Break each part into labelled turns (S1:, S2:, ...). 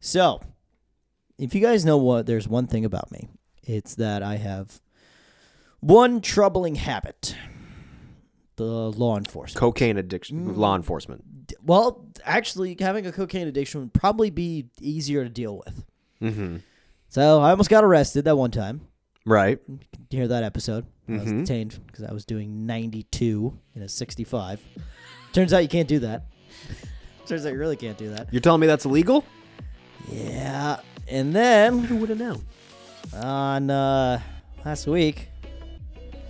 S1: So, if you guys know what, there's one thing about me. It's that I have one troubling habit the law enforcement.
S2: Cocaine
S3: Mm.
S2: addiction, law enforcement.
S1: well, actually, having a cocaine addiction would probably be easier to deal with.
S2: Mm-hmm.
S1: So, I almost got arrested that one time.
S2: Right.
S1: You can hear that episode. I was
S2: Mhm.
S1: detained because I was doing 92 in a 65. Turns out you can't do that. Turns out you really can't do that.
S2: You're telling me that's illegal?
S1: Yeah. And then
S2: Who would have known?
S1: on uh, last week,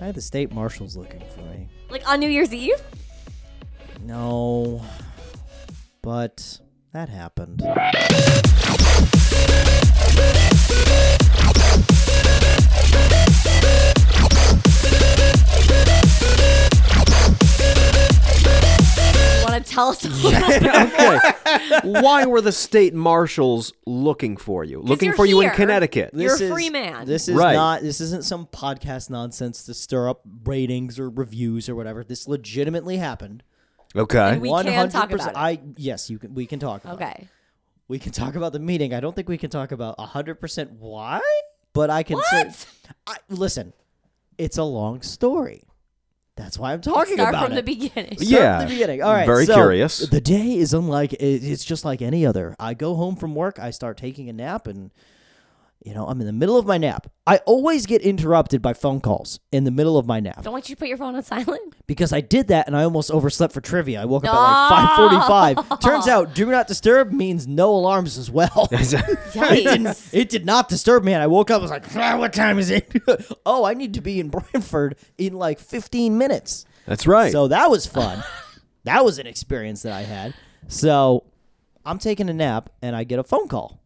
S1: I had the state marshals looking for me.
S3: Like on New Year's Eve?
S1: No. But that happened.
S3: You want to tell us a little
S2: okay. Why were the state marshals looking for you? Looking
S3: you're
S2: for you in
S3: here.
S2: Connecticut.
S3: You're a free man.
S1: This is
S2: Right.
S1: not. This isn't some podcast nonsense to stir up ratings or reviews or whatever. This legitimately happened.
S2: Okay.
S3: We can talk about
S1: 100% I yes, you can. We can talk. About it.
S3: Okay.
S1: we can talk about the meeting. I don't think we can talk about hundred percent why, but I can.
S3: What?
S1: I, listen, it's a long story. That's why I'm talking
S3: Start
S1: about
S3: from
S1: it.
S3: the beginning.
S1: Start
S2: Yeah.
S1: from the beginning. All right.
S2: Very
S1: so
S2: curious.
S1: The day is unlike it- it's just like any other. I go home from work, I start taking a nap, and you know I'm in the middle of my nap. I always get interrupted by phone calls in the middle of my nap
S3: Don't want you to put your phone on silent.
S1: because I did that and I almost overslept for trivia. I woke up at like 5:45. Turns out, do not disturb means no alarms as well. it didn't.
S3: Yikes.
S1: It did not disturb me. And I woke up. I was like, "Ah, "What time is it? oh, I need to be in Brantford in like 15 minutes."
S2: That's right.
S1: So that was fun. that was an experience that I had. So I'm taking a nap and I get a phone call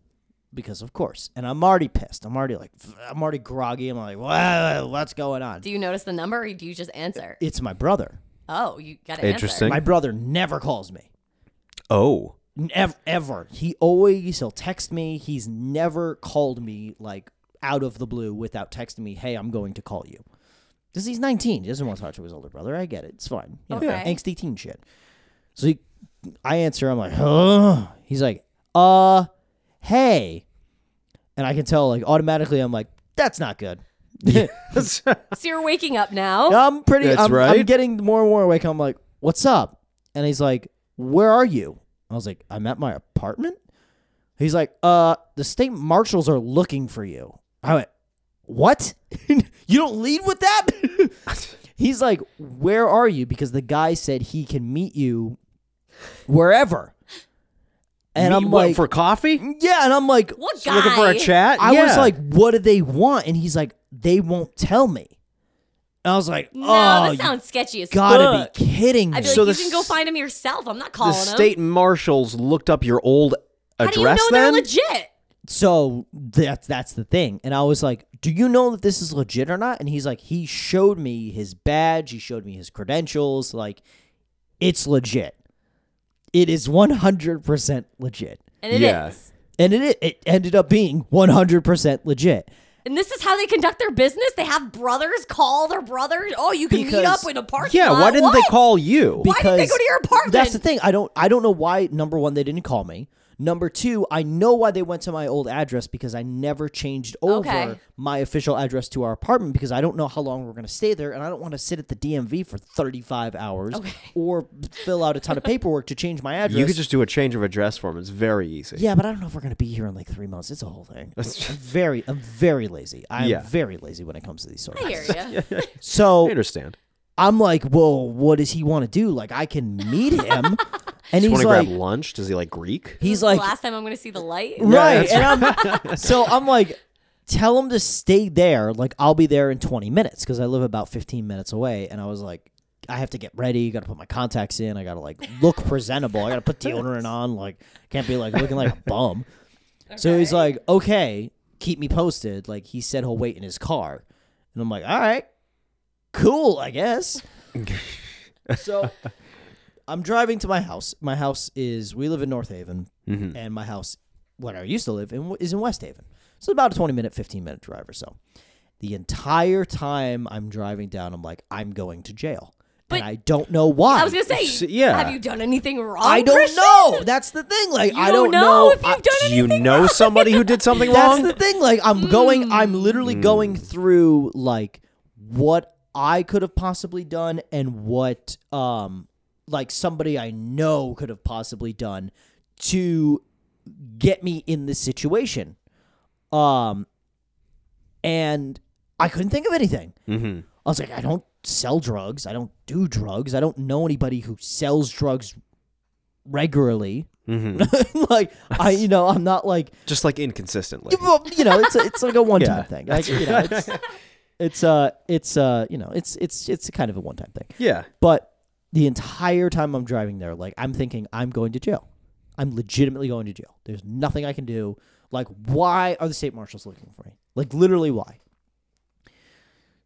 S1: because, of course, and I'm already pissed. I'm already like, I'm already groggy. I'm like, "Whoa, what's going on?
S3: do you notice the number or do you just answer?
S1: It's my brother.
S3: Oh, you got to
S2: Interesting.
S1: My brother never calls me.
S2: oh.
S1: Never, ever. He always he'll text me. He's never called me like out of the blue without texting me. Hey, I'm going to call you. Because he's 19. He doesn't want to talk to his older brother. I get it. It's fine. You know,
S3: Okay.
S1: angsty teen shit. So he, I answer. I'm like, huh? He's like, uh, hey, and I can tell like automatically. I'm like, that's not good.
S3: answer. So you're waking up now.
S1: I'm pretty.
S2: That's
S1: I'm, I'm
S2: right.
S1: getting more and more awake. I'm like, "What's up?" And he's like, "Where are you?" I was like, "I'm at my apartment." He's like, "Uh, the state marshals are looking for you." I went, "What? you don't lead with that?" he's like, "Where are you?" Because the guy said he can meet you wherever. And
S2: Me-
S1: I'm
S2: what,
S1: like,
S2: for coffee?
S1: "Yeah," and I'm like,
S3: What "Mm, guy?
S2: Looking for a chat?
S1: I was
S2: Yeah.
S1: like, what do they want? And he's like, they won't tell me. And I was like,
S3: No,
S1: oh,
S3: that sounds sketchy as
S1: you gotta
S3: fuck.
S1: be kidding me.
S3: I'd be
S2: So
S3: like,
S2: the
S3: you can go
S2: s-
S3: find him yourself. I'm not
S2: the
S3: calling him.
S2: state marshals looked up your old
S3: How
S2: address
S3: do you know they're
S2: then?
S3: legit?
S1: so that's that's the thing. And I was like, do you know that this is legit or not? And he's like, he showed me his badge, he showed me his credentials, like it's legit. It is 100% legit.
S3: And it is.
S2: Yeah.
S1: And it it ended up being 100% legit.
S3: And this is how they conduct their business. They have brothers call their brothers. Oh, you can meet
S1: Because-
S3: up in a parking
S2: yeah,
S3: lot.
S2: why didn't they
S3: What?
S2: call you?
S3: Why didn't they go to your apartment?
S1: That's the thing. I don't I don't know why number 1 they didn't call me. Number 2, I know why they went to my old address because I never changed over
S3: Okay.
S1: my official address to our apartment because I don't know how long we're going to stay there and I don't want to sit at the DMV for 35 hours or fill out a ton of paperwork to change my address.
S2: You could just do a change of address form. It's very easy.
S1: Yeah, but I don't know if we're going to be here in like 3 months. It's a whole thing. I'm very I'm very lazy. I'm
S2: Yeah.
S1: very lazy when it comes to these sort of
S3: I
S1: things.
S3: hear ya.
S2: I
S1: So,
S2: understand.
S1: I'm like, "Well, what does he want to do? Like I can meet him." And
S2: Want
S1: he's
S2: to
S1: like
S2: grab lunch? Does he like Greek?
S3: This is
S1: He's
S3: the
S1: like,
S3: last time I'm going to see the light.
S1: right.
S2: that's
S1: and I'm, so I'm like, tell him to stay there. Like, I'll be there in 20 minutes because I live about 15 minutes away. And I was like, I have to get ready. Got to put my contacts in. I got to like look presentable. I got to put deodorant on. Like, can't be like looking like a bum. So he's like, okay, keep me posted. Like, he said he'll wait in his car. And I'm like, all right, cool, I guess. so I'm driving to my house. My house is, we live in North Haven, and my house, where I used to live, in, is in West Haven. So about a 20 minute, 15 minute drive or so. The entire time I'm driving down, I'm like, I'm going to jail. and I don't know why.
S3: I was gonna say,
S2: S- yeah.
S3: have you done anything wrong?
S1: I don't
S3: Christian?
S1: know. That's the thing. Like I
S3: don't
S1: don't
S3: know
S1: know.
S3: if
S1: I-
S3: you've done
S2: Do you know somebody who did something
S1: That's
S2: wrong?
S1: the thing. Like I'm going. I'm literally going through like what I could have possibly done and what um like somebody I know could have possibly done to get me in this situation. Um, and I couldn't think of anything.
S2: mm-hmm.
S1: I was like, I don't sell drugs. I don't do drugs. I don't know anybody who sells drugs regularly.
S2: Mm-hmm.
S1: like I, you know, I'm not like
S2: Just like inconsistently.
S1: well, you know, it's a, it's like a one time
S2: Yeah.
S1: thing. Like, you know, it's, it's uh it's uh you know it's it's it's kind of a one time thing.
S2: Yeah.
S1: But the entire time I'm driving there, like I'm thinking I'm going to jail. I'm legitimately going to jail. There's nothing I can do. Like, why are the state marshals looking for me? Like, literally, why?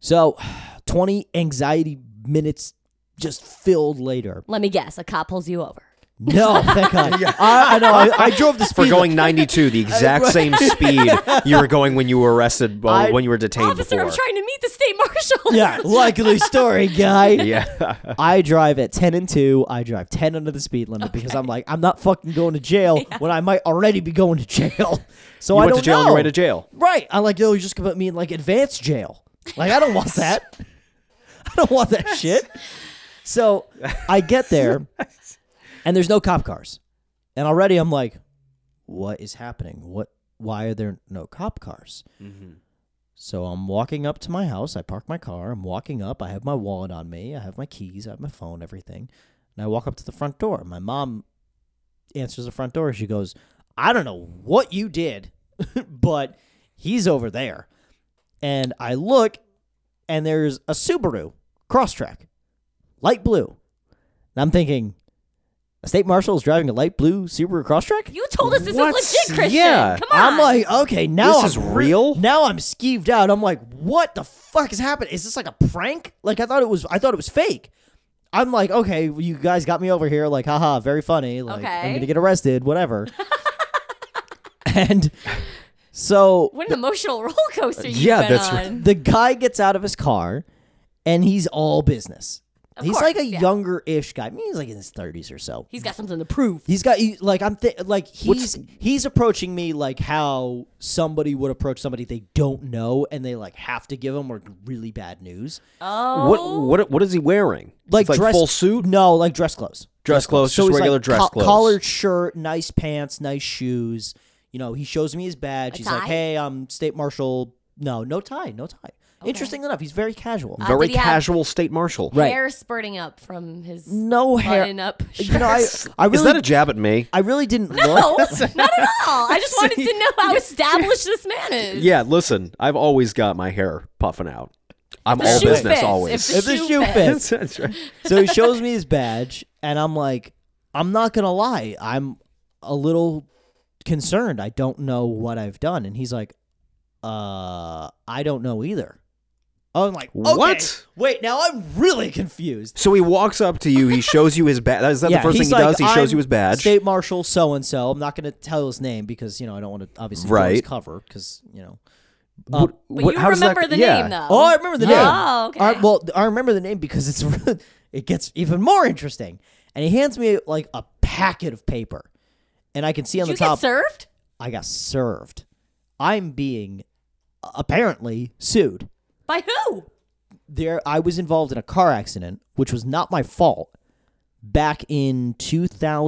S1: So, 20 anxiety minutes just filled later.
S3: Let me guess. A cop pulls you over.
S1: No, thank God. I, I know. I, I drove the speed
S2: For
S1: limit.
S2: going 92, the exact same speed you were going when you were arrested, well,
S1: I-
S2: when you were detained
S3: Officer,
S2: before.
S3: I'm trying to meet the state marshal.
S1: Yeah, luckily story, guy.
S2: yeah.
S1: I drive at 10 and 2. I drive 10 under the speed limit because I'm like, I'm not fucking going to jail when I might already be going to jail. So
S2: you
S1: I
S2: went
S1: don't
S2: to jail
S1: know.
S2: on your way to jail.
S1: Right. I'm like, yo, you're just going to put me in like advanced jail. Like, I don't want that. I don't want that shit. So I get there and there's no cop cars. And already I'm like, what is happening? What? Why are there no cop cars? So I'm walking up to my house. I park my car. I'm walking up. I have my wallet on me. I have my keys. I have my phone, everything. And I walk up to the front door. My mom answers the front door. She goes, I don't know what you did, but he's over there. And I look, and there's a Subaru crosstrack, light blue. And I'm thinking, a state marshal is driving a light blue Subaru crosstrack?
S3: You told us this is
S2: What?
S3: legit, Christian.
S2: Yeah.
S3: Come on.
S1: I'm like, okay, now
S2: This
S1: I'm
S2: is real?
S1: Now I'm skeeved out. I'm like, what the fuck is happening? Is this like a prank? Like I thought it was. I thought it was fake. I'm like, okay, well, you guys got me over here. Like, haha, very funny. Like,
S3: Okay.
S1: I'm gonna get arrested. Whatever. and so
S3: what an emotional roller coaster you've
S2: Yeah,
S3: been
S2: that's
S3: on.
S2: right.
S1: the guy gets out of his car and he's all business. he's
S3: course,
S1: like a
S3: yeah.
S1: younger ish guy. I mean, he's like in his 30s or so.
S3: He's got something to prove.
S1: He's got he- like I'm th- like he's he's approaching me like how somebody would approach somebody they don't know and they like have to give them like really bad news.
S3: Oh,
S2: What what what is he wearing?
S1: Like,
S2: It's like
S1: dress,
S2: full suit,
S1: No, like dress clothes.
S2: dress clothes, just
S1: he's, like,
S2: regular dress
S1: co-
S2: clothes.
S1: Collared shirt, nice pants, nice shoes. You know, he shows me his badge. He's like,
S3: tie?
S1: "Hey, I'm state marshal." No, no tie, no tie. Interesting enough, he's very casual.
S3: Uh,
S2: Very
S3: did he have-
S2: casual state marshal.
S1: Right.
S3: hair spurting up from his
S1: no hair.
S3: button up. Shirt.
S1: You know, I, I really
S2: Is that a jab at me?
S1: I really didn't
S3: no,
S1: look.
S3: not at all. I just wanted to know how established this man is.
S2: Yeah, listen, I've always got my hair puffing out. I'm
S3: The
S2: all
S3: shoe
S2: business
S3: fits.
S2: always.
S1: If the shoe fits.
S2: That's- that's right.
S1: so he shows me his badge and i'm like i'm not gonna lie i'm a little concerned i don't know what i've done and he's like uh i don't know either i'm like okay,
S2: What?
S1: wait now i'm really confused
S2: So he walks up to you. He shows you his badge. Is that
S1: Yeah,
S2: the first thing
S1: he's
S2: he
S1: like,
S2: does? He shows
S1: "I'm
S2: you his badge.
S1: State Marshal so and so. I'm not going to tell his name because you know I don't want to obviously blow his
S2: Right.
S1: cover because you know.
S2: What-
S3: But
S2: what-
S3: you
S2: how does that-
S3: remember the
S2: yeah.
S3: name though.
S1: Oh, I remember the name.
S3: Oh, okay.
S1: I- well, I remember the name because it's it gets even more interesting. And he hands me like a packet of paper, and I can see on
S3: Did you
S1: the top.
S3: get served?
S1: I got served. I'm being uh, apparently sued.
S3: By who?
S1: There, I was involved in a car accident, which was not my fault. Back in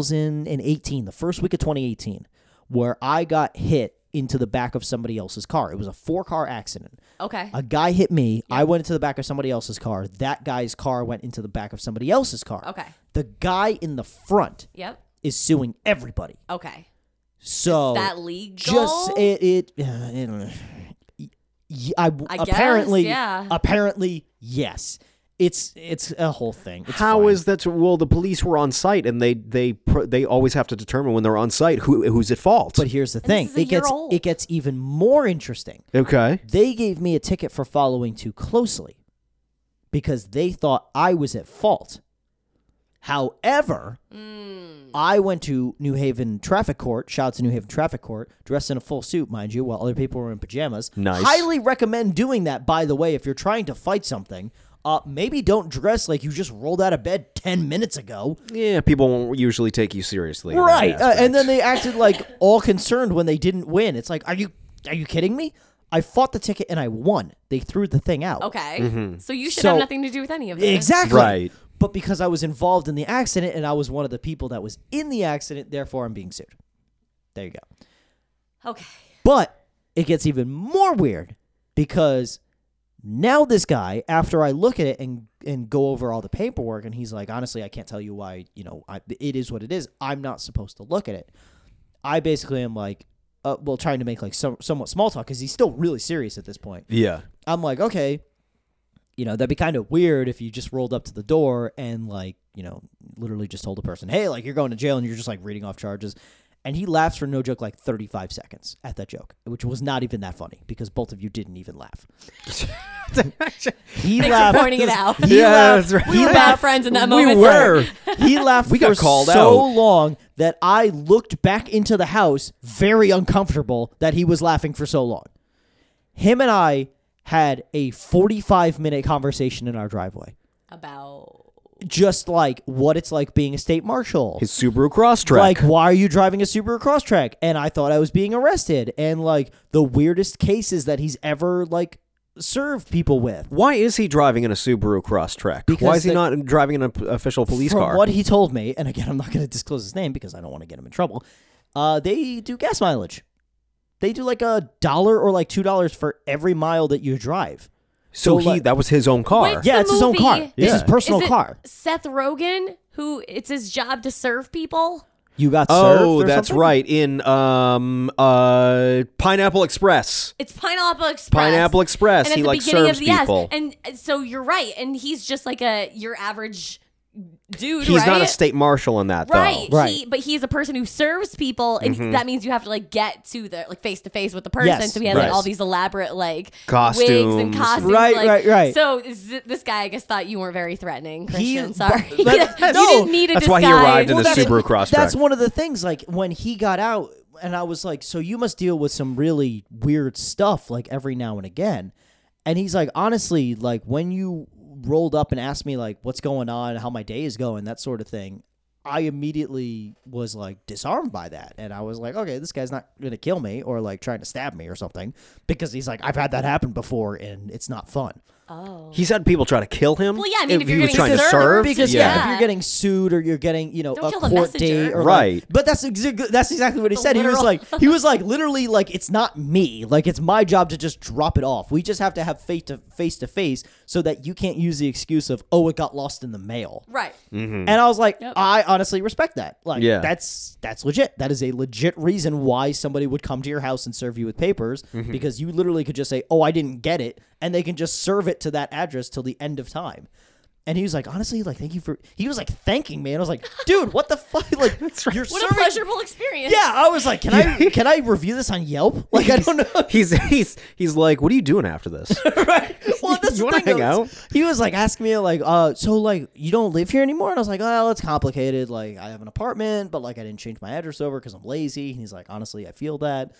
S1: 2018, the first week of 2018, where I got hit into the back of somebody else's car. It was a four-car accident.
S3: Okay.
S1: A guy hit me. I went into the back of somebody else's car. That guy's car went into the back of somebody else's car.
S3: Okay.
S1: The guy in the front
S3: Yep.
S1: is suing everybody.
S3: Okay.
S1: So
S3: that legal?
S1: Oh, just it it, uh, I don't know. Y- y- I, w-
S3: I guess,
S1: apparently
S3: yeah.
S1: apparently yes. It's it's a whole thing. It's
S2: How
S1: fine.
S2: is that? Well, the police were on site, and they they pr- they always have to determine when they're on site who who's at fault.
S1: But here's the thing.
S3: is a
S1: It
S3: year
S1: gets
S3: old.
S1: it gets even more interesting.
S2: okay,
S1: They gave me a ticket for following too closely because they thought I was at fault. However, I went to New Haven Traffic Court. Shout out to New Haven Traffic Court, dressed in a full suit, mind you, while other people were in pajamas.
S2: Nice.
S1: Highly recommend doing that, by the way, if you're trying to fight something. Uh, maybe don't dress like you just rolled out of bed ten minutes ago.
S2: Yeah, people won't usually take you seriously. in that
S1: Right. Uh,
S2: aspect.
S1: and then they acted like all concerned when they didn't win. It's like, are you are you kidding me? I fought the ticket and I won. They threw the thing out.
S3: Okay.
S2: Mm-hmm.
S3: So you should
S1: So-
S3: have nothing to do with any of this.
S1: Exactly.
S2: Right.
S1: But because I was involved in the accident and I was one of the people that was in the accident, therefore I'm being sued. There you go.
S3: Okay.
S1: But it gets even more weird because now this guy, after I look at it and and go over all the paperwork, and he's like, honestly, I can't tell you why. You know, I, it is what it is. I'm not supposed to look at it. I basically am like, uh, well, trying to make like some somewhat small talk because he's still really serious at this point.
S2: yeah.
S1: I'm like, okay, you know, that'd be kind of weird if you just rolled up to the door and like, you know, literally just told a person, hey, like you're going to jail and you're just like reading off charges. And he laughs for no joke like 35 seconds at that joke, which was not even that funny because both of you didn't even laugh. He
S3: Thanks
S1: laughed.
S3: for pointing it out.
S1: He
S2: Yeah,
S1: laughed.
S2: that's right.
S1: He
S3: We were bad
S1: laughed.
S3: friends in that
S2: we
S3: moment.
S2: were.
S1: He laughed
S2: We got
S1: for
S2: called
S1: so
S2: out.
S1: long that I looked back into the house very uncomfortable that he was laughing for so long. Him and I had a 45 minute conversation in our driveway.
S3: About.
S1: Just like what it's like being a state marshal.
S2: His Subaru Crosstrek.
S1: like, why are you driving a Subaru Crosstrek? And I thought I was being arrested. And like the weirdest cases that he's ever like served people with.
S2: why is he driving in a Subaru Crosstrek?
S1: Because
S2: why is he
S1: the-
S2: not driving in an official police
S1: from
S2: car?
S1: what he told me, and again, I'm not going to disclose his name because I don't want to get him in trouble. Uh, they do gas mileage. They do like a dollar or like two dollars for every mile that you drive.
S2: so
S1: so,
S2: he
S1: like-
S2: that was his own car.
S3: Wait,
S1: yeah,
S3: the
S1: it's his own
S3: movie.
S1: car. It's his
S2: Yeah.
S1: personal
S3: Is it
S1: car.
S3: Seth Rogen, who it's his job to serve people.
S1: You got
S2: Oh,
S1: served or
S2: that's
S1: something?
S2: right. In um uh Pineapple Express.
S3: It's Pineapple Express.
S2: Pineapple Express.
S3: And at
S2: he
S3: the
S2: like
S3: beginning
S2: serves
S3: of yes,
S2: people.
S3: and uh, so you're right. And he's just like a your average dude.
S2: He's
S3: right?
S2: not a state marshal in that
S3: Right,
S2: though. Mm-hmm.
S1: Right.
S3: He, but he's a person who serves people, and that means you have to like get to the like face to face with the person.
S1: Yes.
S3: so he has
S2: Right.
S3: like all these elaborate like wigs and
S2: Costumes.
S3: costumes.
S1: Right,
S3: like-
S1: right, right.
S3: So is- this guy, I guess, thought you weren't very threatening, Christian.
S1: but-
S3: sorry, you
S1: that's-
S3: didn't need a
S2: That's why
S3: disguise.
S2: he arrived in
S1: Well,
S2: a
S1: that's-
S2: Subaru Crosstrek.
S1: That's one of the things. Like when he got out, and I was like, "So you must deal with some really weird stuff, like every now and again." And he's like, "Honestly, like when you rolled up and asked me like what's going on, how my day is going, that sort of thing." I immediately was like disarmed by that. And I was like, okay, this guy's not going to kill me or like trying to stab me or something because he's like, I've had that happen before and it's not fun.
S3: Oh,
S2: He's had people try to kill him.
S3: Well, yeah, I mean, if
S2: he
S3: you're
S2: was
S3: getting
S2: trying to
S3: served-
S2: serve.
S1: Because yeah.
S3: Yeah.
S1: if you're getting sued or you're getting you know
S3: Don't
S1: a
S3: kill the
S1: court
S3: messenger.
S1: date, or
S2: Right.
S1: Like, but that's exactly that's exactly what he
S3: The
S1: said. He was
S3: literal-
S1: like he was like literally like it's not me. Like it's my job to just drop it off. We just have to have face to face to face so that you can't use the excuse of oh it got lost in the mail.
S3: right.
S2: Mm.
S1: And I was like,
S3: Yep.
S1: I honestly respect that. Like,
S2: Yeah.
S1: that's that's legit. That is a legit reason why somebody would come to your house and serve you with papers because you literally could just say, "Oh, I didn't get it," and they can just serve it to that address till the end of time. And he was like, honestly, like, thank you for. He was like thanking me, and I was like, dude, what the fuck? Like, you're
S3: What a
S1: serving.
S3: pleasurable experience.
S1: yeah, I was like, can I can I review this on Yelp? Like, I don't know.
S2: He's he's he's like, what are you doing after this?
S1: well, that's
S2: You
S1: the
S2: wanna
S1: thing. though,
S2: hang
S1: is He was like asking me like, uh, so like you don't live here anymore, and I was like, oh, it's complicated. Like I have an apartment, but like I didn't change my address over because I'm lazy. And he's like, honestly, I feel that.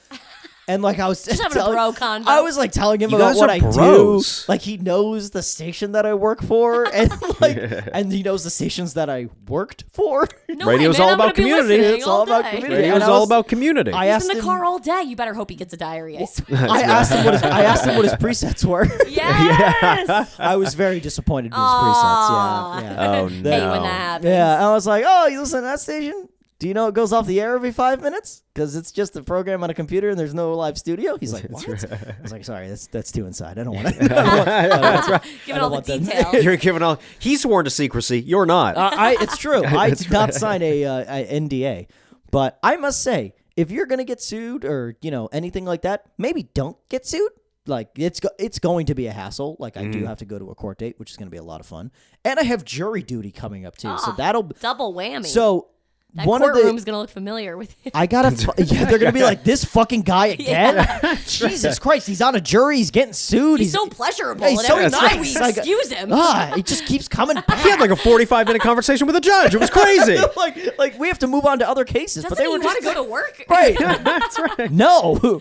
S1: And like I was just
S3: having a bro convo.
S1: I was like telling him
S2: You
S1: about
S2: guys
S1: what
S2: are
S1: I
S2: bros.
S1: do. Like he knows the station that I work for, and like and he knows the stations that I worked for.
S3: No way,
S2: Radio's
S3: man,
S2: all
S3: I'm gonna
S2: about
S3: be
S2: community.
S3: listening
S1: It's all about
S3: day.
S1: community.
S2: Radio's
S1: and I
S2: all
S1: was-
S2: about community.
S1: I
S3: He's
S1: asked
S3: in the
S1: him.
S3: car all day. You better hope he gets a diary. I swear.
S1: I asked him what his, I asked him what his presets were.
S3: yes.
S1: I was very disappointed with his
S3: Aw.
S1: presets. Yeah, yeah.
S2: Oh
S3: Hate
S2: no.
S3: when that happens.
S1: Yeah, I was like, oh, you listen to that station? Do you know it goes off the air every five minutes? Because it's just a program on a computer and there's no live studio. He's like, what? I was like, sorry, that's that's too inside. I don't want to.
S2: That's right.
S3: Give it all the
S1: want them-
S3: details.
S2: You're giving all. He's sworn to secrecy. You're not.
S1: I, it's true. I did not sign a, uh, a NDA, but I must say, if you're gonna get sued or you know anything like that, maybe don't get sued. Like it's go- it's going to be a hassle. Like I do have to go to a court date, which is going to be a lot of fun, and I have jury duty coming up too. so
S3: Ah,
S1: that'll
S3: Double whammy.
S1: so
S3: that
S1: one of the
S3: courtroom's gonna look familiar with him.
S1: I gotta. Fu- yeah, they're gonna be like this fucking guy again. Jesus Christ, he's on a jury. He's getting sued.
S3: He's so pleasurable.
S1: He's
S3: and
S1: so
S3: every
S1: nice.
S3: time we
S1: It's like-
S3: excuse him.
S1: ah, he just keeps coming back.
S2: he had like a 45 minute conversation with a judge. It was crazy.
S1: like, like we have to move on to other cases.
S3: Doesn't
S1: but they
S3: he
S1: were
S3: want
S1: just
S3: to go to work?
S1: right. That's right. No,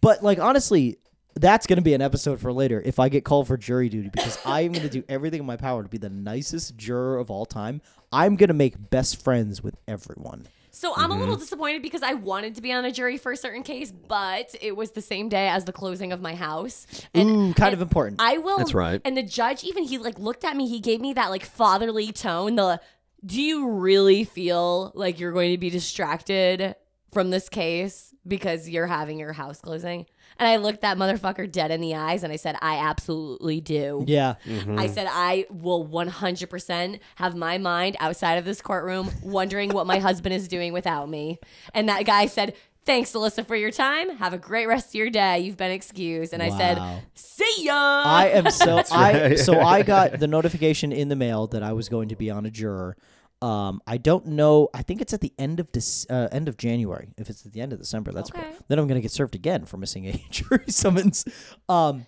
S1: but like honestly, That's going to be an episode for later if I get called for jury duty because I am going to do everything in my power to be the nicest juror of all time. I'm going to make best friends with everyone.
S3: So I'm a
S1: Mm-hmm.
S3: little disappointed because I wanted to be on a jury for a certain case, but it was the same day as the closing of my house. And
S1: Ooh, kind of important.
S3: Mm, I will.
S2: That's right.
S3: And the judge even he like looked at me. He gave me that like fatherly tone. The do you really feel like you're going to be distracted from this case because you're having your house closing? And I looked that motherfucker dead in the eyes and I said, I absolutely do.
S1: yeah.
S3: I said, I will 100% have my mind outside of this courtroom wondering what my husband is doing without me. And that guy said, Thanks, Alyssa, for your time. Have a great rest of your day. You've been excused. And I
S1: Wow.
S3: said, See ya.
S1: I am so I
S2: right.
S1: so I got the notification in the mail that I was going to be on a juror. Um, I don't know. I think it's at the end of Dec- uh, end of January. If it's at the end of December, that's
S3: Okay.
S1: then I'm gonna get served again for missing a jury summons. Um,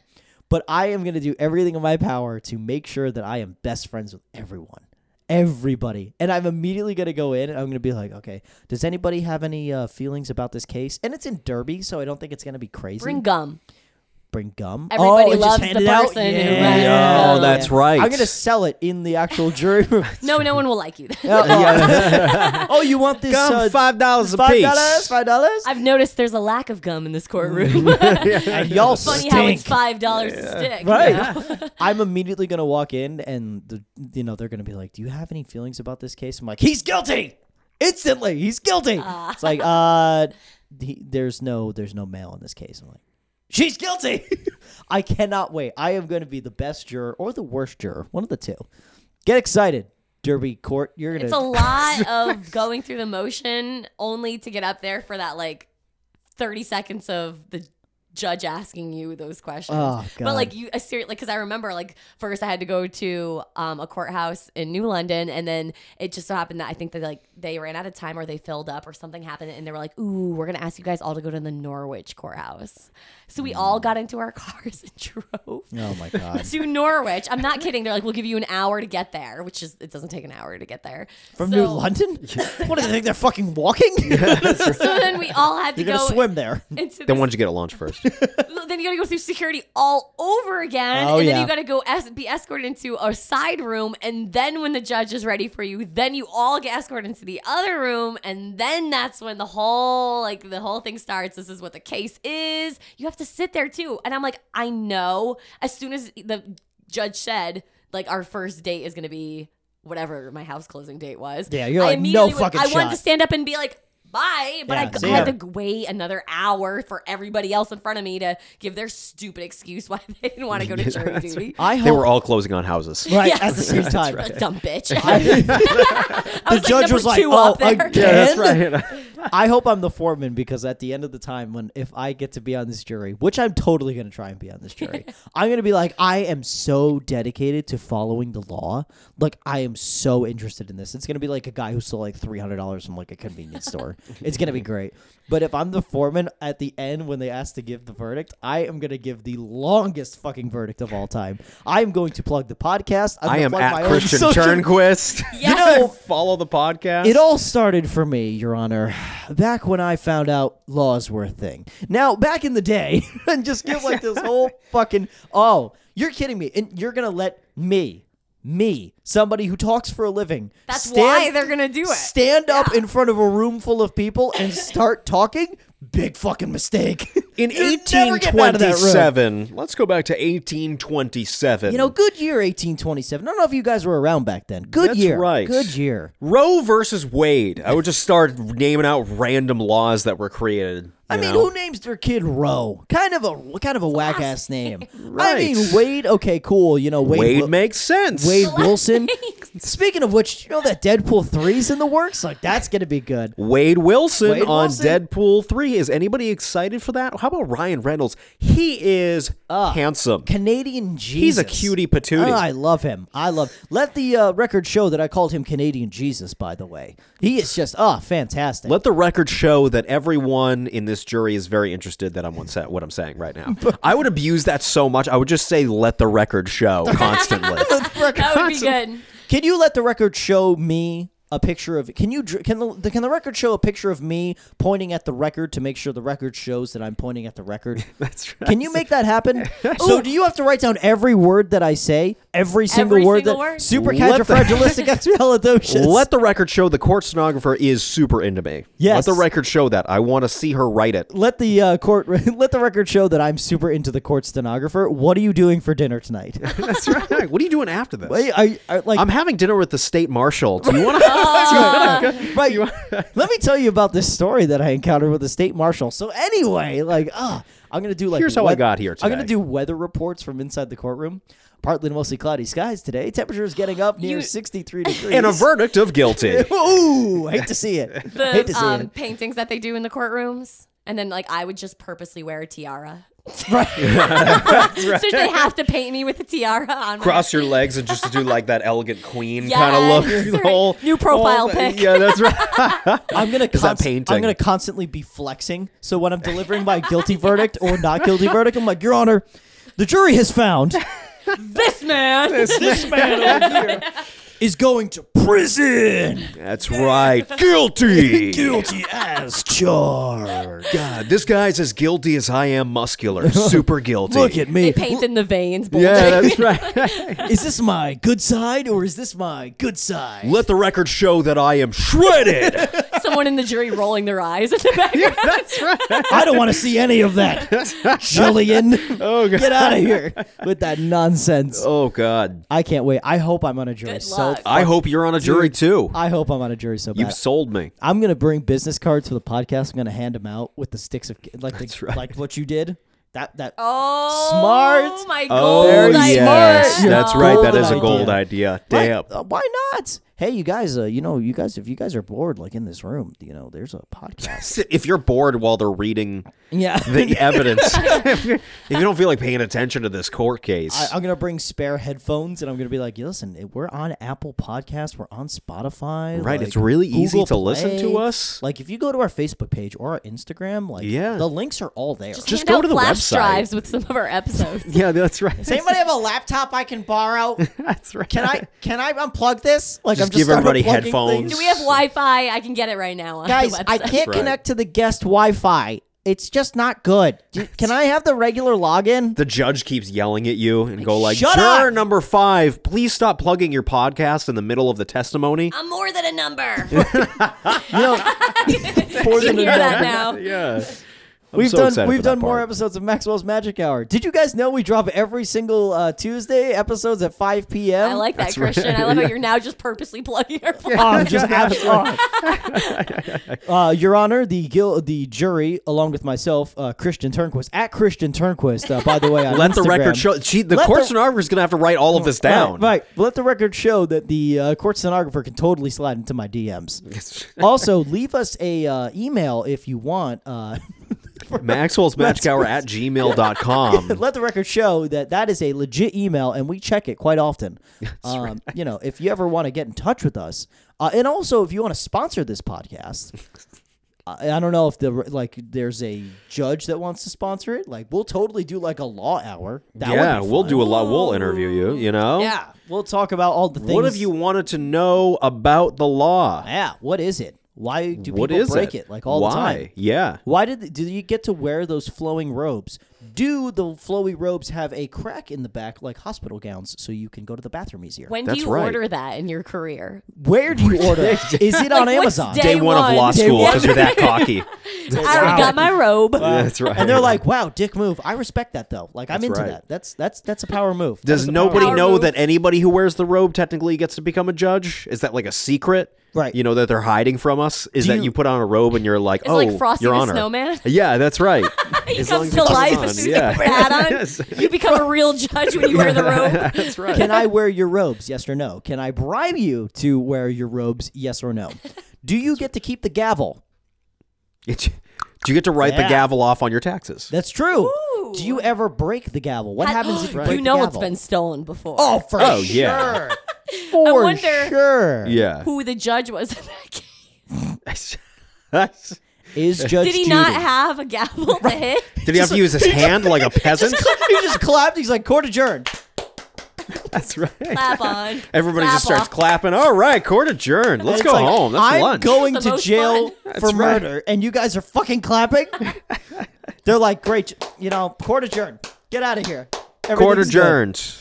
S1: but I am gonna do everything in my power to make sure that I am best friends with everyone, everybody, and I'm immediately gonna go in and I'm gonna be like, okay, does anybody have any uh, feelings about this case? And it's in Derby, so I don't think it's gonna be crazy.
S3: Bring gum.
S1: Bring gum.
S3: Everybody
S1: and just
S3: loves
S1: hand
S3: the
S1: it out?
S3: person who
S1: Yeah.
S3: writes Yeah.
S2: Oh, that's right.
S1: I'm gonna sell it in the actual jury room.
S3: No, no one will like you.
S1: oh, oh. Oh, you want this?
S2: Gum,
S1: uh,
S2: five dollars a
S1: Five
S2: piece.
S1: dollars. Five dollars.
S3: I've noticed there's a lack of gum in this courtroom.
S1: And y'all
S3: Funny
S1: Mm. stink.
S3: how it's five dollars a stick.
S1: Right.
S3: you know?
S1: I'm immediately gonna walk in, and the, you know they're gonna be like, "Do you have any feelings about this case?" I'm like, "He's guilty." Instantly, he's guilty.
S3: Ah.
S1: It's like, uh, he, there's no, there's no mail in this case. I'm like, she's guilty. I cannot wait. I am going to be the best juror or the worst juror, one of the two. Get excited, Derby Court. You're gonna.
S3: It's a lot of going through the motion only to get up there for that like 30 seconds of the judge asking you those questions.
S1: Oh, God.
S3: But like you I seriously like cuz I remember like first I had to go to um, a courthouse in New London and then it just so happened that I think that like they ran out of time or they filled up or something happened and they were like, "Ooh, we're going to ask you guys all to go to the Norwich courthouse." So we
S1: Mm.
S3: all got into our cars and drove
S1: oh my god.
S3: to Norwich. I'm not kidding. They're like, we'll give you an hour to get there, which is it doesn't take an hour to get there
S1: From
S3: So-
S1: New London? What do they think? They're fucking walking? You're
S3: So then we all had to
S1: gonna
S3: go
S1: swim there.
S3: into
S2: Then
S3: this-
S2: why don't you get a lunch first?
S3: then you got to go through security all over again,
S1: Oh,
S3: and then
S1: yeah.
S3: you got to go es- be escorted into a side room, and then when the judge is ready for you, then you all get escorted into the other room, and then that's when the whole like the whole thing starts. This is what the case is. You have to sit there too, and I'm like, I know. As soon as the judge said, like our first date is gonna be whatever my house closing date was.
S1: Yeah, you're
S3: I
S1: like, no
S3: immediately went-
S1: fucking
S3: I wanted to
S1: shot.
S3: stand up and be like. Bye, but
S1: Yeah,
S3: I, g-
S1: see
S3: I had
S1: ya.
S3: to wait another hour for everybody else in front of me to give their stupid excuse why they didn't want to go to jury duty.
S1: I
S2: they
S1: hope
S2: were all closing on houses.
S1: right
S3: Yes.
S1: at the same time.
S3: A dumb bitch.
S1: I,
S3: I,
S1: the
S3: was like
S1: judge
S3: number
S1: was like,
S3: two
S1: "Oh,
S3: up there."
S1: again."
S2: right.
S1: I hope I'm the foreman because at the end of the time, when if I get to be on this jury, which I'm totally gonna try and be on this jury, I'm gonna be like, I am so dedicated to following the law. Like I am so interested in this. It's gonna be like a guy who stole like three hundred dollars from like a convenience store. It's gonna be great. But if I'm the foreman at the end when they ask to give the verdict, I am gonna give the longest fucking verdict of all time. I am going to plug the podcast. I'm
S2: I
S1: gonna
S2: am
S1: plug my
S2: at
S1: own
S2: Christian
S1: social-
S2: Turnquist.
S3: You know-
S2: follow the podcast.
S1: it all started for me, Your Honor, back when I found out laws were a thing. Now, back in the day, and just give like this whole fucking oh, you're kidding me, and you're gonna let me, me, somebody who talks for a living,
S3: That's
S1: stand-
S3: why they're gonna do it.
S1: Stand up in front of a room full of people and start talking. Big fucking mistake.
S2: in
S1: You're never getting out of that room.
S2: 1827. Let's go back to 1827.
S1: You know, good year 1827. I don't know if you guys were around back then. Good
S2: That's
S1: year.
S2: right.
S1: Good year.
S2: Roe versus Wade. I would just start naming out random laws that were created.
S1: I
S2: you
S1: mean,
S2: know?
S1: who names their kid Roe? Kind of a kind of a whack ass name. I
S2: Right.
S1: mean, Wade. Okay, cool. You know, Wade.
S2: Wade
S1: Wil-
S2: makes sense.
S1: Wade
S3: last
S1: Wilson.
S3: name.
S1: Speaking of which, you know that Deadpool three's in the works. Like that's gonna be good.
S2: Wade Wilson
S1: Wade
S2: on
S1: Wilson.
S2: Deadpool 3. Is anybody excited for that? How about Ryan Reynolds? He is handsome.
S1: Canadian Jesus.
S2: He's a cutie patootie.
S1: Oh, I love him. I love. Let the uh, record show that I called him Canadian Jesus. By the way, he is just oh fantastic.
S2: Let the record show that everyone in this jury is very interested that I'm what, sa- what I'm saying right now. I would abuse that so much. I would just say let the record show constantly.
S3: that would be good.
S1: Can you let the record show me a picture of can you dr- can the can the record show a picture of me pointing at the record to make sure the record shows that I'm pointing at the record?
S2: That's right.
S1: Can you make that happen? so do you have to write down every word that I say, every single
S3: Every
S1: word
S3: single
S1: that
S3: word?
S1: super
S2: Let the-
S1: supercalifragilisticexpialidocious?
S2: Let the record show the court stenographer is super into me.
S1: Yes.
S2: Let the record show that. I want to see her write it.
S1: let the uh, court let the record show that I'm super into the court stenographer. What are you doing for dinner tonight?
S2: That's right. What are you doing after this?
S1: I, I, I- like
S2: I'm having dinner with the state marshal. Do you want to?
S1: right. let me tell you about this story that I encountered with the state marshal. So anyway, like, ah, I'm gonna do like.
S2: Here's how I got here
S1: I'm gonna
S2: today.
S1: do weather reports from inside the courtroom. Partly to mostly cloudy skies today. Temperature is getting up near
S3: You-
S1: 63 degrees.
S2: and a verdict of guilty.
S1: Ooh, hate to see it. hate to
S3: the
S1: see
S3: um, paintings that they do in the courtrooms. And then, like, I would just purposely wear a tiara.
S1: it. Right.
S3: So they have to paint me with a tiara on. my-
S2: Cross your legs and just do like that elegant queen
S3: Yes,
S2: kind of look.
S3: right.
S2: The whole-
S3: New profile
S2: whole thing.
S3: pic.
S2: Yeah, that's right.
S1: I'm gonna
S2: that
S1: const-
S2: painting?
S1: I'm gonna constantly be flexing. So when I'm delivering my guilty verdict or not guilty verdict, I'm like, Your Honor, the jury has found
S3: This man.
S1: this man over here is going to prison.
S2: That's right. Guilty.
S1: guilty as charged.
S2: God, this guy's as guilty as I am muscular. Super guilty.
S1: Look at me.
S3: they paint in the veins. bold.
S2: yeah, that's right.
S1: Is this my good side or is this my good side?
S2: Let the record show that I am shredded.
S3: Someone in the jury rolling their eyes in the background.
S2: that's right.
S1: I don't want to see any of that. Jillian,
S2: Oh, God.
S1: get out of here with that nonsense.
S2: Oh God.
S1: I can't wait. I hope I'm on a jury.
S3: Good
S1: so
S3: luck.
S2: I hope you're on a jury too.
S1: I hope I'm on a jury so bad.
S2: You've sold me.
S1: I'm gonna bring business cards for the podcast. I'm gonna hand them out with the sticks of like the,
S2: That's right.
S1: like what you did. That that
S3: Oh,
S1: Smart.
S3: my
S2: Oh,
S3: gold idea.
S1: yes. Smart.
S2: That's right. That is a
S1: Golden
S2: gold idea. Damn.
S1: Why, uh, why not? Hey, you guys. Uh, you know, you guys. If you guys are bored, like in this room, you know, there's a podcast.
S2: If you're bored while they're reading
S1: yeah.
S2: the evidence, if, you- if you don't feel like paying attention to this court case,
S1: I, I'm gonna bring spare headphones, and I'm gonna be like, "Yeah, "Listen, it- we're on Apple Podcasts, we're on Spotify.
S2: Right,
S1: like,
S2: it's really easy
S1: Google
S2: to listen to
S1: Play.
S2: us.
S1: Like, if you go to our Facebook page or our Instagram, like,
S2: Yeah.
S1: the links are all there.
S2: Just
S3: Hand
S2: go
S3: out
S2: to the
S3: flash
S2: website.
S3: drives with some of our episodes.
S2: yeah, that's right.
S1: Does anybody have a laptop I can borrow?
S2: that's right.
S1: Can I can I unplug this? Like,
S2: Just
S1: I'm just
S2: give
S1: starting to
S2: everybody
S1: plug in
S2: headphones.
S1: things.
S3: Do we have Wi-Fi? I can get it right now. On
S1: Guys,
S3: the
S1: I
S3: website.
S1: can't
S2: Right.
S1: connect to the guest Wi-Fi. It's just not good. Do- Can I have the regular login?
S2: The judge keeps yelling at you and go like,
S1: "Shut
S2: "Juror
S1: up!"
S2: number five, please stop plugging your podcast in the middle of the testimony."
S3: I'm more than a number. you
S1: You know, more
S3: can
S1: than
S3: hear
S1: enough.
S3: that now.
S2: yeah, I'm
S1: We've
S2: so
S1: done
S2: excited
S1: we've
S2: for that
S1: done more
S2: part.
S1: episodes of Maxwell's Magic Hour. Did you guys know we drop every single uh, Tuesday episodes at 5 p.m.
S3: I like that, Christian. I love how you're now just purposely plugging your phone.
S1: Oh, just absolutely. uh, Your Honor, the guil- the jury, along with myself, uh, Christian Turnquist at Christian Turnquist. Uh, by the way, on
S2: Let the
S1: Instagram.
S2: record show. She, the
S1: Let
S2: court
S1: the-
S2: stenographer is going to have to write all of this down.
S1: Right, right. Let the record show that the uh, court stenographer can totally slide into my DMs. also, leave us a uh, email if you want. Uh,
S2: Maxwell's Magic Hour at gmail.com.
S1: let the record show that that is a legit email, and we check it quite often. Um, You know, if you ever want to get in touch with us, uh, and also if you want to sponsor this podcast. I I don't know if the like there's a judge that wants to sponsor it. Like we'll totally do like a law hour. That would
S2: yeah,
S1: be
S2: we'll
S1: fun.
S2: do a lot. We'll interview you, you know?
S1: Yeah, we'll talk about all the things.
S2: What have you wanted to know about the law?
S1: Yeah, what is it? Why do people
S2: What is
S1: break it, like all
S2: Why?
S1: the time?
S2: Yeah.
S1: Why did they, did you get to wear those flowing robes? Do the flowy robes have a crack in the back like hospital gowns so you can go to the bathroom easier?
S3: When
S2: That's
S3: do you
S2: right.
S3: order that in your career?
S1: Where do you order? it? Is it on
S3: Like, what's
S1: Amazon?
S3: day-
S2: Day, one, of law
S3: one. Day
S2: school
S3: one.
S2: because you're that cocky.
S3: I already got my robe.
S2: That's right.
S1: and they're like, "Wow, dick move." I respect that though. Like I'm
S2: That's
S1: into
S2: right.
S1: that. That's that's that's a power move. That
S2: Does
S1: is a
S2: nobody
S1: power
S3: Power
S2: know
S3: move.
S2: that anybody who wears the robe technically gets to become a judge? Is that like a secret?
S1: Right.
S2: You know, that they're hiding from us? Is that
S1: you-
S2: you put on a robe and you're like,
S3: It's
S2: oh,
S3: like Frosty
S2: Your
S3: the
S2: Honor.
S3: Snowman.
S2: Yeah, that's right.
S3: He
S2: As long
S3: comes
S2: as
S3: to
S2: it's
S3: life
S2: on,
S3: as soon as
S2: yeah.
S3: you put that on. You become a real judge when you wear the robe.
S2: That's right.
S1: Can I wear your robes? Yes or no? Can I bribe you to wear your robes? Yes or no? Do you get to keep the gavel?
S2: Do you get to write the
S1: Yeah.
S2: gavel off on your taxes?
S1: That's true.
S3: Ooh.
S1: Do you ever break the gavel? What happens if you break
S3: you
S1: the
S3: know it's
S1: gavel?
S3: been stolen before.
S1: Oh, for sure.
S2: Oh, yeah.
S1: For
S3: wonder-
S1: sure.
S2: Yeah.
S3: Who the judge was in that case?
S2: Did
S1: Is Judge
S3: Did he
S1: Judy.
S3: not have a gavel to hit?
S2: he have to use his hand like a peasant?
S1: he just clapped. He's like, court adjourned.
S2: That's right.
S3: Clap on.
S2: Everybody
S3: Clap
S2: just starts
S3: off.
S2: clapping. All right, court adjourned. Let's
S1: It's
S2: go
S1: like,
S2: home. That's
S1: I'm
S2: lunch.
S1: going
S3: This is the
S1: to
S3: most
S1: jail
S3: fun.
S1: for
S2: That's right.
S1: murder, and you guys are fucking clapping. They're like, great, j- you know, court adjourned. Get out of here.
S2: court
S1: Everything's good.
S2: adjourned.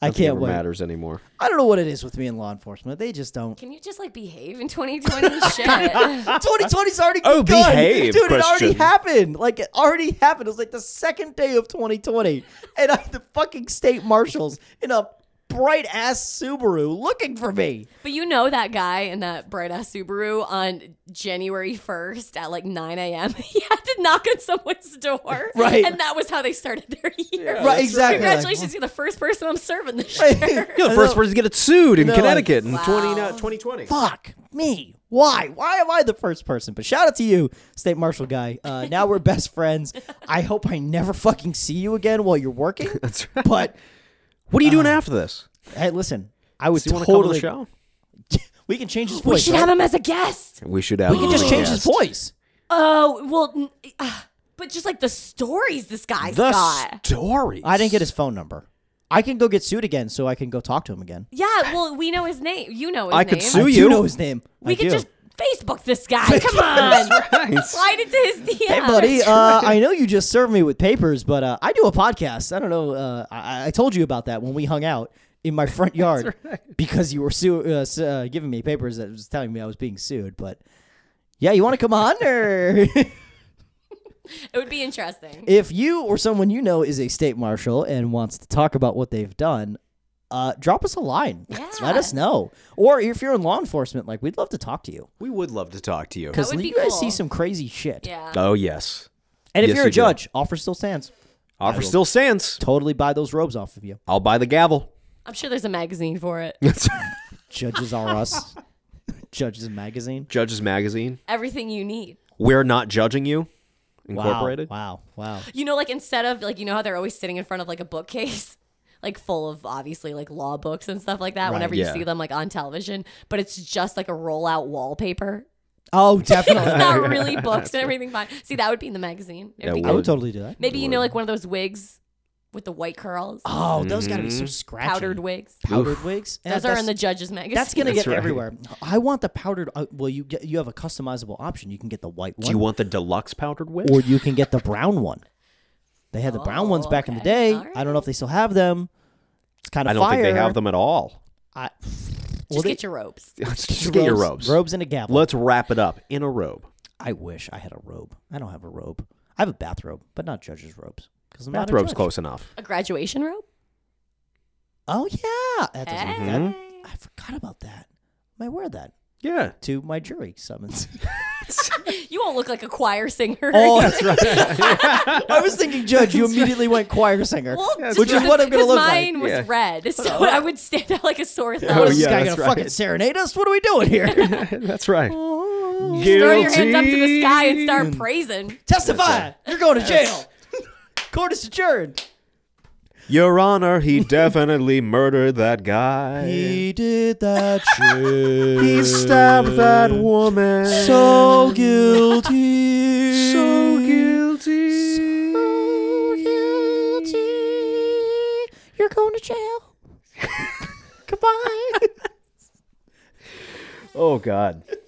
S1: I
S2: Nothing
S1: can't
S2: ever
S1: wait.
S2: matters anymore.
S1: I don't know what it is with me in law enforcement. They just don't.
S3: Can you just like behave in 2020? Shit.
S1: 2020's already
S2: Oh,
S1: gone.
S2: behave,
S1: dude. It already
S2: Christian.
S1: happened. Like it already happened. It was like the second day of 2020, and I, the fucking state marshals in a bright ass Subaru looking for me.
S3: But you know that guy in that bright ass Subaru on January 1st at like 9 a.m. He had to knock on someone's door.
S1: Right.
S3: And that was how they started their year.
S1: right, exactly.
S3: Congratulations, you're the first person I'm serving this year.
S2: You're the
S1: And
S2: first
S1: they're-
S2: person to get it sued in
S1: they're like,
S2: Connecticut in
S3: Wow.
S2: 20, uh, 2020.
S1: fuck me. Why? Why am I the first person? But shout out to you, state marshal guy. Uh, now we're best friends. I hope I never fucking see you again while you're working.
S2: That's right.
S1: But
S2: What are you doing after this?
S1: hey, listen, I would
S2: Do you want to come on
S1: totally.
S2: the show?
S1: We can change his
S3: we
S1: voice.
S3: should
S1: right?
S3: have him as a guest.
S2: We should have.
S1: we can just change his voice.
S3: Oh, well, n- ah, but just like the stories this guy's
S2: The
S3: got.
S2: story.
S1: I didn't get his phone number. I can go get sued again, so I can go talk to him again.
S3: Yeah, well, we know his name. You know his
S2: I
S3: name.
S2: could sue
S1: I
S2: you.
S1: do know his name.
S3: We
S1: I
S3: could
S1: do.
S3: just Facebook this guy. Come on. Slide into his DM.
S1: Hey, buddy. Uh, I know you just served me with papers, but uh, I do a podcast. I don't know. Uh, I-, I told you about that when we hung out in my front yard because you were su- uh, su- uh, giving me papers that was telling me I was being sued. But yeah, you want to come on, or
S3: It would be interesting.
S1: if you or someone you know is a state marshal and wants to talk about what they've done. Uh, drop us a line. Let
S3: Yeah.
S1: us know. Or if you're in law enforcement, like we'd love to talk to you
S2: We would love to talk to you.
S1: because
S3: would be
S1: you guys
S3: cool.
S1: see some crazy shit.
S3: Yeah.
S2: Oh yes.
S1: And if
S2: Yes,
S1: you're
S2: you
S1: a
S2: do.
S1: judge, offer still stands.
S2: Offer still stands.
S1: Totally buy those robes off of you.
S2: I'll buy the gavel.
S3: I'm sure there's a magazine for it.
S1: Judges are us. Judges magazine.
S2: Judges Magazine.
S3: Everything you need.
S2: We're not judging you.
S1: Wow,
S2: Incorporated.
S1: Wow. Wow.
S3: You know, like instead of like you know how they're always sitting in front of like a bookcase, like full of obviously like law books and stuff like that. whenever
S2: yeah.
S3: you see them like on television, but it's just like a rollout wallpaper.
S1: Oh,
S3: It's
S1: definitely.
S3: not really books and everything. Fine. See, that would be in the magazine. It'd
S2: Yeah,
S3: be
S1: I
S2: well-
S3: good.
S1: would totally do that.
S3: Maybe you know like one of those wigs with the white curls,
S1: Oh, those got to be
S2: Mm-hmm.
S1: so scratchy.
S3: powdered wigs.
S1: powdered wigs. Yeah,
S3: Those are in the
S1: that's-
S3: judges magazine.
S1: That's gonna
S2: That's
S1: get
S2: right.
S1: everywhere. I want the powdered. Uh, well, you get you have a customizable option. You can get the white one,
S2: Do you want the deluxe powdered wig?
S1: or you can get the brown one. They had the brown ones
S3: Oh,
S1: back in the
S3: okay.
S1: day.
S3: All
S1: I don't know if they still have them. It's kind of
S2: I don't think they have them at all.
S1: I, well,
S3: Just
S1: they-
S3: get your ropes.
S2: Let's just get your robes.
S1: Robes and a gavel.
S2: Let's wrap it up in a robe.
S1: I wish I had a robe. I don't have a robe. I have a bathrobe, but not judges' robes because I'm not a
S2: Bathrobe's
S1: judge.
S2: close enough.
S3: A graduation robe.
S1: Oh yeah, that doesn't look
S3: Hey.
S1: bad. I forgot about that. I might wear that
S2: Yeah.
S1: to my jury summons.
S3: You won't look like a choir singer.
S1: oh, that's right. I was thinking judge. You immediately went choir singer,
S3: Well, just
S1: which is
S3: because-
S1: what I'm gonna
S3: because
S1: look like.
S3: mine
S1: Oh,
S3: was
S2: Yeah.
S3: red, so I would stand out like a sore thumb.
S1: What is this
S2: yeah,
S1: guy
S2: that's
S1: gonna
S2: right.
S1: fucking serenade us? What are we doing here?
S2: That's right.
S1: Oh.
S3: Just throw your hands up to the sky and start praising.
S1: Testify. You're going to jail. Court is adjourned.
S2: Your Honor, he definitely murdered that guy.
S1: did that shit.
S2: He stabbed that woman.
S1: So guilty.
S2: So guilty.
S1: You're going to jail. Goodbye.
S2: Oh God.